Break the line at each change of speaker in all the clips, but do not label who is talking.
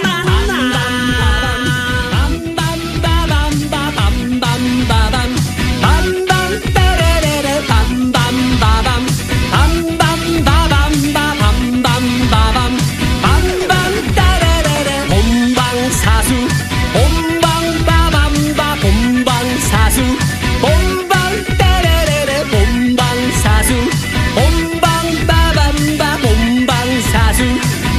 만남 빰빰빠밤빠밤빰빰빠밤 빰빰빠라라라 빰빰빠밤 빰빰빠밤빠밤빰빰빠밤 빰빰따라라라 본방사수 본방빠밤빠 본방사수 본방따라라라 본방사수 본방빠밤빠 본방사수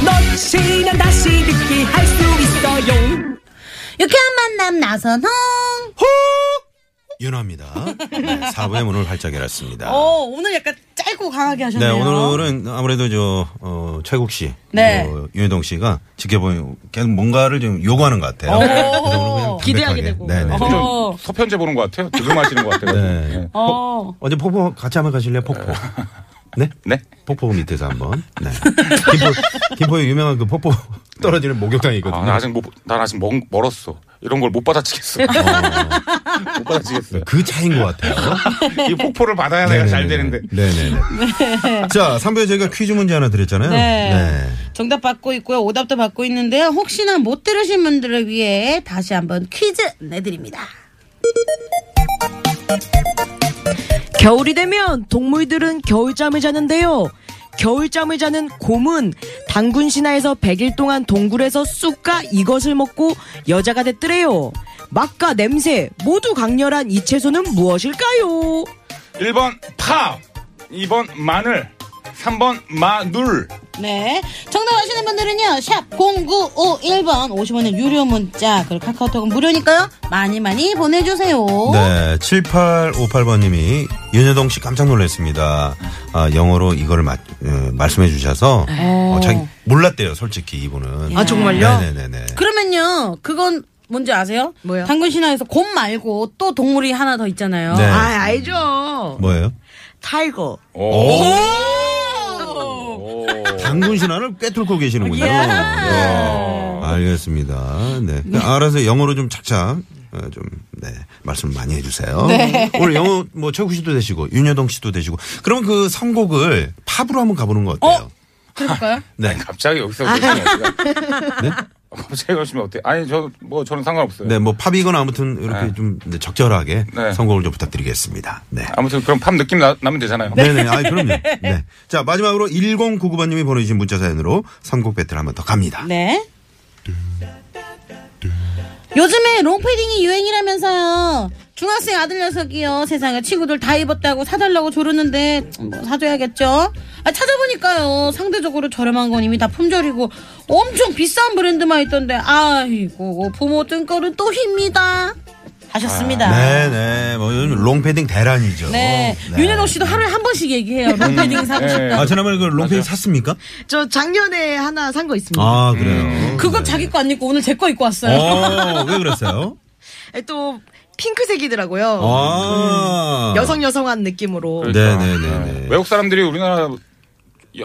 놓치면 다시 듣기 할 수 있어요
유쾌한 만남 나선홍.
윤화입니다. 네, 4부의 문을 활짝 열었습니다.
어, 오늘 약간 짧고 강하게
네,
하셨네요.
오늘은 아무래도 저, 어, 최국 씨,
네.
어, 윤여동 씨가 지켜보니 계속 뭔가를 좀 요구하는 것 같아요. 그래서 오늘 그냥
어, 기대하게
담백하게.
되고.
네, 네.
어.
좀 서편제 보는 것 같아요. 두둥하시는 것 같아요.
네.
네.
어.
어제 폭포 같이 한번 가실래요? 폭포. 네?
네?
폭포 밑에서 한번. 네. 김포, 김포의 유명한 그 폭포 떨어지는 목욕탕이
아,
있거든요.
나 아직 못, 난 아직 먼- 멀었어. 이런 걸 못 받아치겠어. 못 받아치겠어.
그 차이인 것 같아요. 네,
이 폭포를 받아야 내가 잘 되는데.
네네네. 자, 3부에 저희가 퀴즈 문제 하나 드렸잖아요.
네. 정답 받고 있고요. 오답도 받고 있는데요. 혹시나 뭐 못 들으신 분들을 위해 다시 한번 퀴즈 내드립니다.
겨울이 되면 동물들은 겨울잠을 자는데요. 겨울잠을 자는 곰은 당군 신화에서 100일 동안 동굴에서 쑥과 이것을 먹고 여자가 됐더래요. 맛과 냄새 모두 강렬한 이 채소는 무엇일까요?
1번 파, 2번 마늘, 3번 마눌.
네. 정답 아시는 분들은요. 샵 0951번 50원의 유료 문자 그리고 카카오톡은 무료니까요. 많이 많이 보내주세요.
네, 7858번님이 윤여동 씨 깜짝 놀랐습니다. 아, 영어로 이거를 마- 어, 말씀해 주셔서 어, 자기 몰랐대요, 솔직히 이분은.
아, 정말요?
네네네네.
그러면요. 그건 뭔지 아세요?
뭐요?
당군 신화에서 곰 말고 또 동물이 하나 더 그, 있잖아요.
네.
알죠.
뭐예요?
타이거.
오.
아,
당군 신화를 꿰뚫고 계시는군요. 네. 알겠습니다. 네. 알아서 영어로 좀 착착 어, 좀 네, 말씀 많이 해주세요. 오늘 영어 뭐 최국 씨도 되시고 윤여동 씨도 되시고 그러면 그 선곡을 팝으로 한번 가보는 거 어때요?
그럴까요?
네.
갑자기 여기서 그러시면 어떡해. 갑자기 그러시면 어때? 아니, 저, 뭐, 저는 상관없어요.
네, 뭐 팝이건 아무튼 이렇게 좀 네, 적절하게
네.
선곡을 좀 부탁드리겠습니다. 네.
아무튼 그럼 팝 느낌 나, 나면 되잖아요.
네, 네. 아, 그럼요. 네. 자, 마지막으로 1099번 님이 보내 주신 문자 사연으로 선곡 배틀 한번 더 갑니다.
네. 요즘에 롱패딩이 유행이라면서요. 중학생 아들 녀석이요. 세상에 친구들 다 입었다고 사달라고 조르는데 뭐 사줘야겠죠. 아, 찾아보니까요. 상대적으로 저렴한 건 이미 다 품절이고 엄청 비싼 브랜드만 있던데 아이고 부모 뜬걸은 또 휩니다. 하셨습니다.
네, 어, 네. 뭐 요즘 롱패딩 대란이죠.
네. 윤현옥 씨도 하루에 한 번씩 얘기해요. 롱패딩 사고 싶다.
네.
아, 지난번에 그 롱패딩 샀습니까?
저 작년에 하나 산 거 있습니다.
아, 그래요.
그거 자기 거 안 입고 오늘 제 거 입고 왔어요.
어, 왜 그랬어요?
또 핑크색이더라고요.
아.
여성여성한 느낌으로.
네, 네, 네, 네.
그러니까 외국 사람들이 우리나라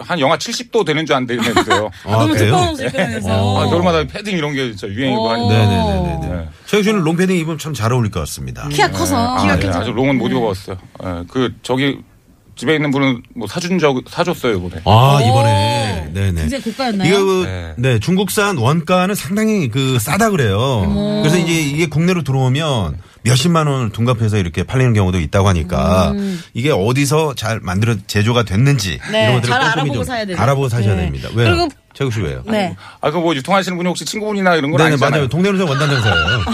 한 영하 70도 되는 줄 안 되는 데요.
아,
너무
그래요?
두꺼운 색깔에서.
아, 겨울마다 패딩 이런 게 진짜 유행이고 하니까.
네, 어. 네, 네, 네, 네.
네.
최혁 씨는 롱패딩 입으면 참 잘 어울릴 것 같습니다.
키가 커서.
아,
예.
네, 아주 롱은 못 입어봤어요. 예, 그 저기 집에 있는 분은 뭐 사준 적 사줬어요 이번에.
아, 이번에. 네네.
굉장히 고가였나요?
이거 그, 네.
네.
중국산 원가는 상당히 그 싸다 그래요. 그래서 이제 이게 국내로 들어오면 몇십만 원을 둔갑해서 이렇게 팔리는 경우도 있다고 하니까 이게 어디서 잘 만들어 제조가 됐는지
음. 네.
이런 것들을
잘
꼼꼼히
알아보고
좀
사야 되죠.
알아보고 사셔야
네.
됩니다. 왜요?
그리고-
최국 씨 왜요?
네.
아, 그 뭐 유통하시는 분이 혹시 친구분이나 이런 건
네네
아니잖아요.
맞아요. 동대문서 원단 장사예요.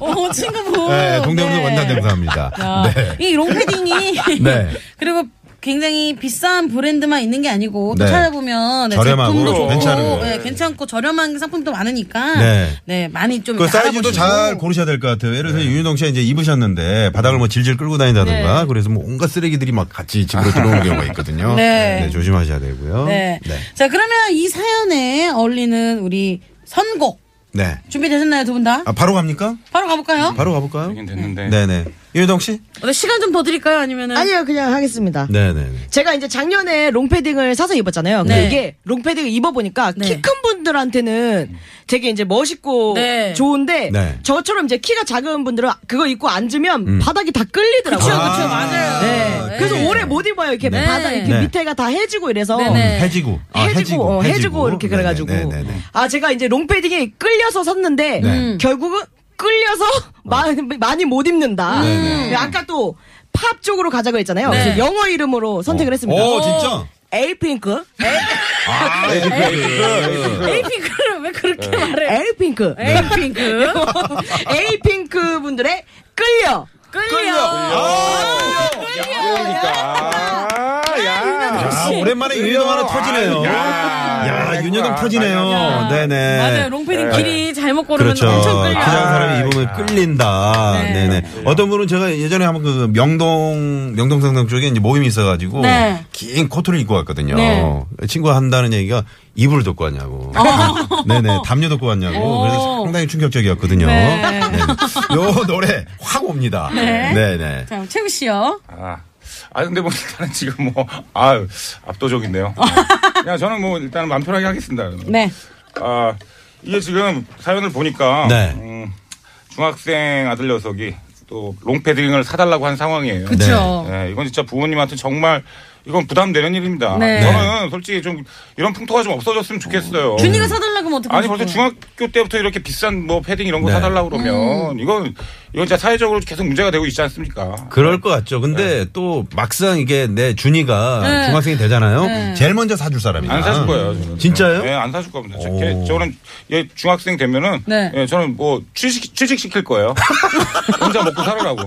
오, 오, 친구분.
네, 동대문서
네.
원단 장사합니다.
야,
네.
이 롱패딩이.
네.
그리고 굉장히 비싼 브랜드만 있는 게 아니고 또
네.
찾아보면 네,
저렴하고
제품도 좋고
괜찮은 거.
네, 괜찮고 저렴한 상품도 많으니까
네.
네, 많이
음,
좀
그
이렇게
사이즈도
알아보시고.
잘 고르셔야 될 것 같아요. 예를 들어서 윤유동 씨가 이제 입으셨는데 바닥을 뭐 질질 끌고 다니다든가
네.
그래서 뭐 온갖 쓰레기들이 막 같이 집으로 들어오는 경우가 있거든요.
네.
조심하셔야 되고요.
네.
네.
자 그러면 이 사연에 어울리는 우리 선곡
네.
준비되셨나요 두 분 다?
아, 바로 갑니까?
바로 가볼까요?
바로 가볼까요?
얘긴 됐는데.
네네. 유동 씨?
어, 시간 좀 더 드릴까요? 아니면은?
아니요, 그냥 하겠습니다.
네네.
제가 이제 작년에 롱패딩을 사서 입었잖아요. 근데
네.
이게 롱패딩을 입어보니까
네.
키 큰 분들한테는 되게 이제 멋있고
네. 음.
좋은데
네.
저처럼 이제 키가 작은 분들은 그거 입고 앉으면 바닥이 다 끌리더라고요.
그쵸, 그쵸, 맞아요.
네.
네.
그래서 오래 못 입어요. 이렇게
네.
바닥 이렇게
네.
밑에가 다 해지고 이래서
네, 네.
해지고. 아,
해지고, 어, 해지고, 이렇게 그래가지고
네네네.
아 제가 이제 롱패딩에 끌려서 샀는데
네. 어.
음. 결국은 끌려서 마- 많이 못 입는다.
네네.
네, 아까 또 팝 쪽으로 가자고 했잖아요.
네.
그래서 영어 이름으로 선택을 했습니다.
오, 진짜?
에이핑크,
네.
네.
아, 에이핑크.
에이핑크를 왜 그렇게
네.
말해?
에이핑크,
네. 에이핑크.
에이핑크 분들의 끌려.
아,
그러니까. 아,
아,
야.
오랜만에 윤여동 하나 터지네요.
야,
야, 윤여동
야,
터지네요.
야.
네네.
맞아요. 롱패딩 길이 잘못 걸으면
그렇죠.
엄청 끌려.
그냥 사람이 입으면
아.
끌린다. 네. 네 어떤 분은 제가 예전에 한번 그 명동, 명동상당 쪽에 이제 모임이 있어가지고
네.
긴 코트를 입고 왔거든요.
네.
친구가 한다는 얘기가 이불을 덮고 왔냐고.
어.
네네. 담요 덮고 왔냐고. 그래서 상당히 충격적이었거든요. 네. 요 노래 확 옵니다.
네.
네네.
자, 최우 씨요.
아, 아 근데 뭐 일단은 지금 뭐, 아 압도적인데요. 그냥 저는 뭐 일단은 마음 편하게 하겠습니다.
네.
아, 이게 지금 사연을 보니까
네.
음, 중학생 아들 녀석이 또 롱패딩을 사달라고 한 상황이에요.
그쵸.
네, 이건 진짜 부모님한테 정말 이건 부담되는 일입니다.
네.
저는 솔직히 좀 이런 풍토가 좀 없어졌으면 좋겠어요. 음.
준이가 사달라고 하면 어떡하지?
아니 벌써 중학교 때부터 이렇게 비싼 뭐 패딩 이런 거
네.
사달라고
음.
그러면 이건 이건 진짜 사회적으로 계속 문제가 되고 있지 않습니까?
그럴 것 같죠.
네.
근데 또 막상 이게 내 준이가
네.
중학생이 되잖아요. 제일 먼저 사줄 사람이야. 음.
안 사줄 거예요. 저는.
진짜요?
네, 안 사줄 겁니다. 저-
오.
걔- 저는 얘 중학생 되면은
네.
예, 저는 뭐 취직 취직시킬 거예요. 혼자 먹고 살아라고.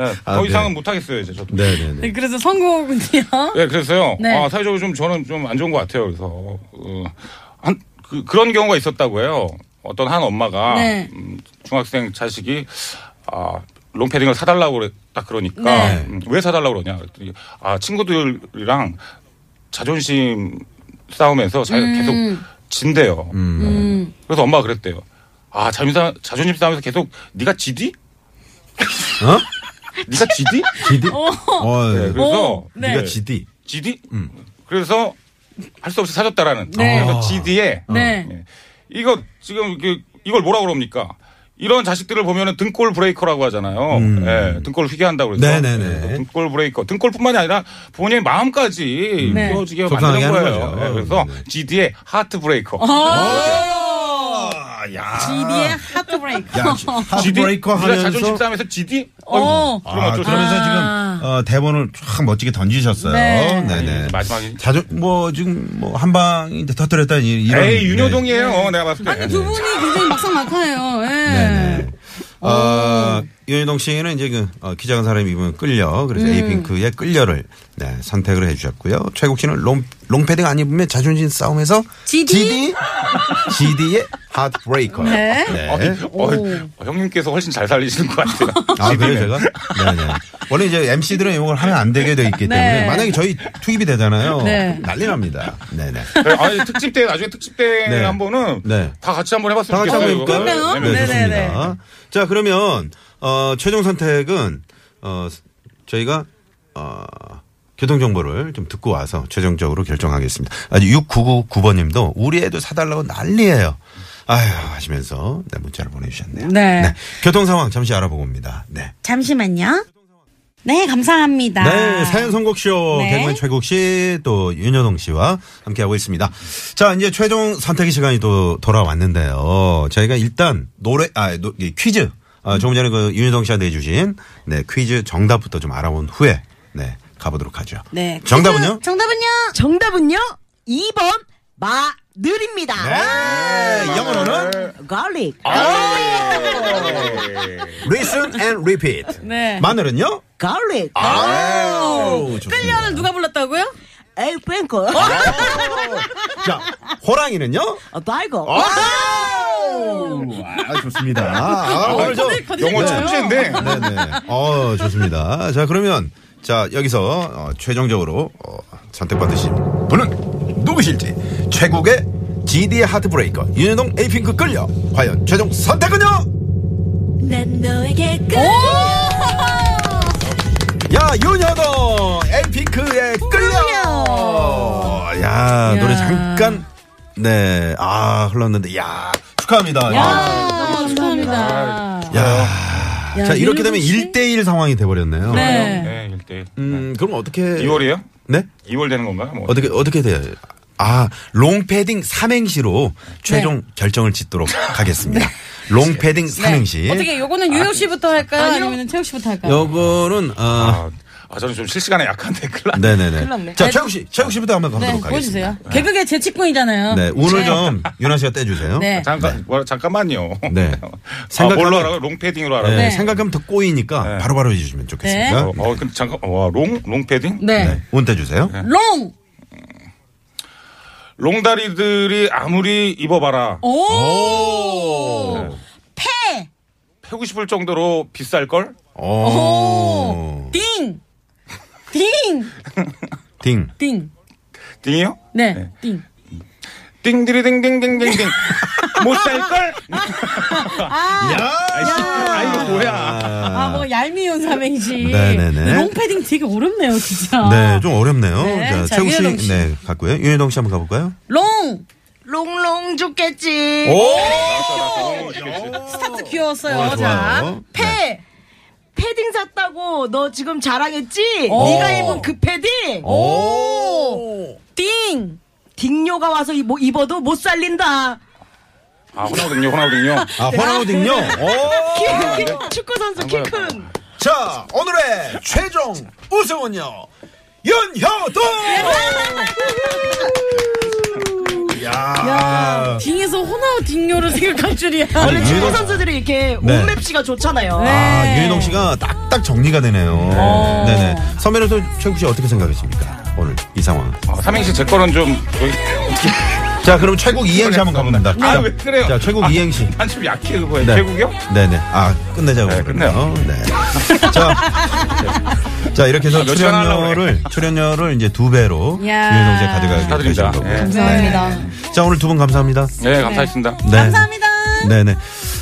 예,
아,
더
네.
이상은 못 하겠어요, 이제 저도.
네네네.
네, 그래서 선곡은요.
예, 그래서요.
네.
아, 사회적으로 좀 저는 좀 안 좋은 것 같아요. 그래서 어, 한 그, 런 경우가 있었다고 해요. 어떤 한 엄마가
네.
음, 중학생 자식이 아 롱패딩을 사달라고 그래, 딱 그러니까
네.
음, 왜 사달라고 그러냐. 그랬더니 아 친구들이랑 자존심 싸움에서 자기가 계속 진대요.
음.
그래서 엄마가 그랬대요. 아 자존심, 자존심 싸움에서 계속 네가 지디?
어?
네가 지디?
GD? 어,
네,
네.
그래서
오, 네.
가 GD.
GD? 그래서 할 수 없이 사줬다라는.
네.
그래서
음. 아. 어.
GD에
네.
이거 지금 이게 이걸 뭐라 그럽니까? 이런 자식들을 보면은 등골 브레이커라고 하잖아요. 예, 등골 휘게 한다고 그래서
음. 네네네.
예, 등골 브레이커. 등골뿐만이 아니라 본인의 마음까지
네.
부러지게
속상하게
만드는
하는
거예요.
거죠.
예, 그래서
네.
GD의 하트 브레이커.
아, 야.
GD의 하트브레이크.
야, 하트브레이커
네가
하면서
자존심 싸움에서 GD?
어.
아, 그러면서
어쩔 수
아.
지금 어, 대본을 쫙 멋지게 던지셨어요.
네.
네,
아니, 마지막에.
자주 뭐 지금 뭐 한 방이 이제 터뜨렸다 이- 이런. 네.
에이 윤효동이에요. 내가 봤을 때.
아니, 두 분이 굉장히 막상막하예요. 예.
네. 어, 윤희동 씨는 이제 그 어, 키 작은 사람이 입으면 끌려. 그래서 에이핑크의 끌려를 네, 선택을 해주셨고요. 최국 씨는 롱, 롱패딩 안 입으면 자존심 싸움에서
GD?
GD? GD의 하트브레이커.
네.
어, 어, 형님께서 훨씬 잘 살리시는 것 같아요.
아, 그래요, 제가? 네네. 원래 이제 MC들은 이걸 하면 안 되게 돼 있기 때문에.
네.
만약에 저희 투입이 되잖아요.
네.
난리 납니다. 네네.
네, 아니 특집 때 나중에 특집 때
네.
한 번은
네.
다 같이 한 번
다
해봤으면
같이
좋겠어요.
한번 해볼까요?
이거. 네,
그러네요.
네.
네,
네네네.
좋습니다. 자, 그러면, 어, 최종 선택은, 어, 저희가, 어, 교통정보를 좀 듣고 와서 최종적으로 결정하겠습니다. 아주 6999번 님도 우리 애도 사달라고 난리예요 아휴, 하시면서 네, 문자를 보내주셨네요.
네.
교통 상황 잠시 알아보고 옵니다. 네.
잠시만요. 네, 감사합니다.
네, 사연 선곡쇼
네.
개그맨 최국 씨, 또 윤여동 씨와 함께하고 있습니다. 자, 이제 최종 선택의 시간이 또 돌아왔는데요. 저희가 일단 노래, 아, 노- 이 퀴즈. 아, 조금 전에 그 윤여동 씨가 내주신 네, 퀴즈 정답부터 좀 알아본 후에 네, 가보도록 하죠.
네.
정답은요?
퀴즈 정답은요?
정답은요 2번 마늘입니다.
아!
네, 영어로는
garlic.
listen and repeat.
네.
마늘은요?
garlic.
아. 아우, 좋습니다.
끌려를 누가 불렀다고요?
에이핑크.
자, 호랑이는요?
달고.
아우, 아, 좋습니다. 아, 오늘 저
네. 영어
네.
천재인데
네네. 어, 좋습니다. 자, 그러면, 자, 여기서, 어, 최종적으로, 어, 선택받으신 분은 누구실지. 최국의 GD의 하트브레이커, 윤여동 에이핑크 끌려. 과연 최종 선택은요?
난 너에게 끌려.
오!
야, 윤여도 에픽크에 끌려. 야, 노래 잠깐. 네, 아, 흘렀는데, 야, 축하합니다. 야,
아, 축하합니다.
야.
야,
자, 이렇게 되면
윤여동 씨?
1대1 상황이 돼버렸네요.
네.
네, 1대1.
음, 그럼 어떻게.
2월이에요?
네?
2월 되는 건가요? 뭐.
어떻게, 어떻게 돼요? 아, 롱패딩 삼행시로 최종
네.
결정을 짓도록 하겠습니다. 롱패딩 삼행시. 아,
어떻게 요거는 유혁 씨부터 할까요? 네. 아니면 최욱 씨부터 할까요?
요거는, 어,
아, 아, 저는 좀 실시간에 약한데 큰일 났네.
네네네. 자, 최욱 씨, 최욱 씨부터 한번
네,
가도록 하겠습니다.
보여주세요. 개그계 제 직분이잖아요.
네, 오늘 좀 윤아 씨가 떼주세요.
네.
잠깐, 뭐, 잠깐만요.
네.
아,
생각하면-
뭘로 하라고? 롱패딩으로 하라고?
네,
네.
생각하면 더 꼬이니까
네.
바로바로 해주시면 좋겠습니다.
어, 어, 근데 잠깐, 와, 롱? 롱패딩?
네.
네, 온 떼주세요.
롱!
롱다리들이 아무리 입어봐라.
오! 패!
패고 싶을 정도로 비쌀걸?
오.
딩! 딩!
딩.
딩!
딩이요?
네, 딩.
띵디리 띵띵띵띵띵. 못 살걸?
야!
아이씨, 아이고, 뭐야.
아, 뭐, 얄미운 삼행시.
네네네.
롱패딩 되게 어렵네요, 진짜.
네, 좀 어렵네요.
네,
자,
자,
최욱
윤여동
씨,
씨.
네, 갔고요. 윤여동 씨 한번 가볼까요?
롱!
롱롱 좋겠지.
어?
스타트 귀여웠어요.
어,
자,
좋아요.
패!
패딩 샀다고 너 지금 자랑했지?
오.
네가 입은 그 패딩.
오! 딩!
딩요가 와서 입, 입어도 못 살린다.
아, 호나거든요, 호나거든요.
아, 화나거든요. 오.
키, 키, 축구 선수 키 큰.
자, 오늘의 최종 우승은요. 윤효동! 야.
딩에서 호나우 딩요를 생각할 줄이야.
원래 축구
윤효동-
선수들이 이렇게
네. 어.
몸맵시가 좋잖아요.
아, 윤희동 씨가 딱딱 정리가 되네요. 네네. 선배로서 최국 씨 어떻게 생각하십니까? 오늘 이 상황.
아, 삼행시 제 거는 좀, 여기,
자, 그럼 최국 이행시 한번 가봅니다.
아,
자,
왜 그래요?
음, 자, 최국
아,
이행시.
한참 약해, 그거에.
네.
태국이요?
네네. 아, 끝내자고.
네,
그러네요. 네. 자. 자, 이렇게 해서
아, 몇 시간 하려고
출연료를, 출연료를 이제 두 배로
이야.
윤희동 씨가 가져가게 되신
축하드립니다.
거고요.
예.
감사합니다.
자, 오늘 두 분 감사합니다.
네, 감사했습니다.
네.
감사합니다.
네네.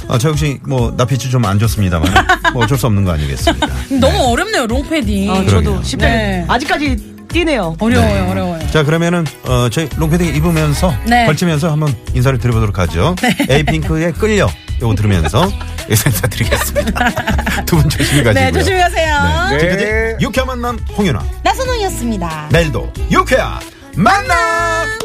아, 최국 씨, 뭐, 낯빛이 좀 안 좋습니다만, 뭐 어쩔 수 없는 거 아니겠습니까?
음, 너무 어렵네요, 롱패딩.
아,
그러게요.
저도 쉽게
네.
아직까지 뛰네요.
어려워요, 어려워요.
자 그러면은 어, 저희 롱패딩 입으면서
네.
걸치면서 한번 인사를 드려보도록 하죠. 에이핑크의 끌려 요거 들으면서 인사 드리겠습니다. 두 분 조심히 가시고요.
네, 조심히 가세요.
네.
지금까지 유쾌한 만남 홍윤아
나선홍이었습니다.
내일도 유쾌한 만남.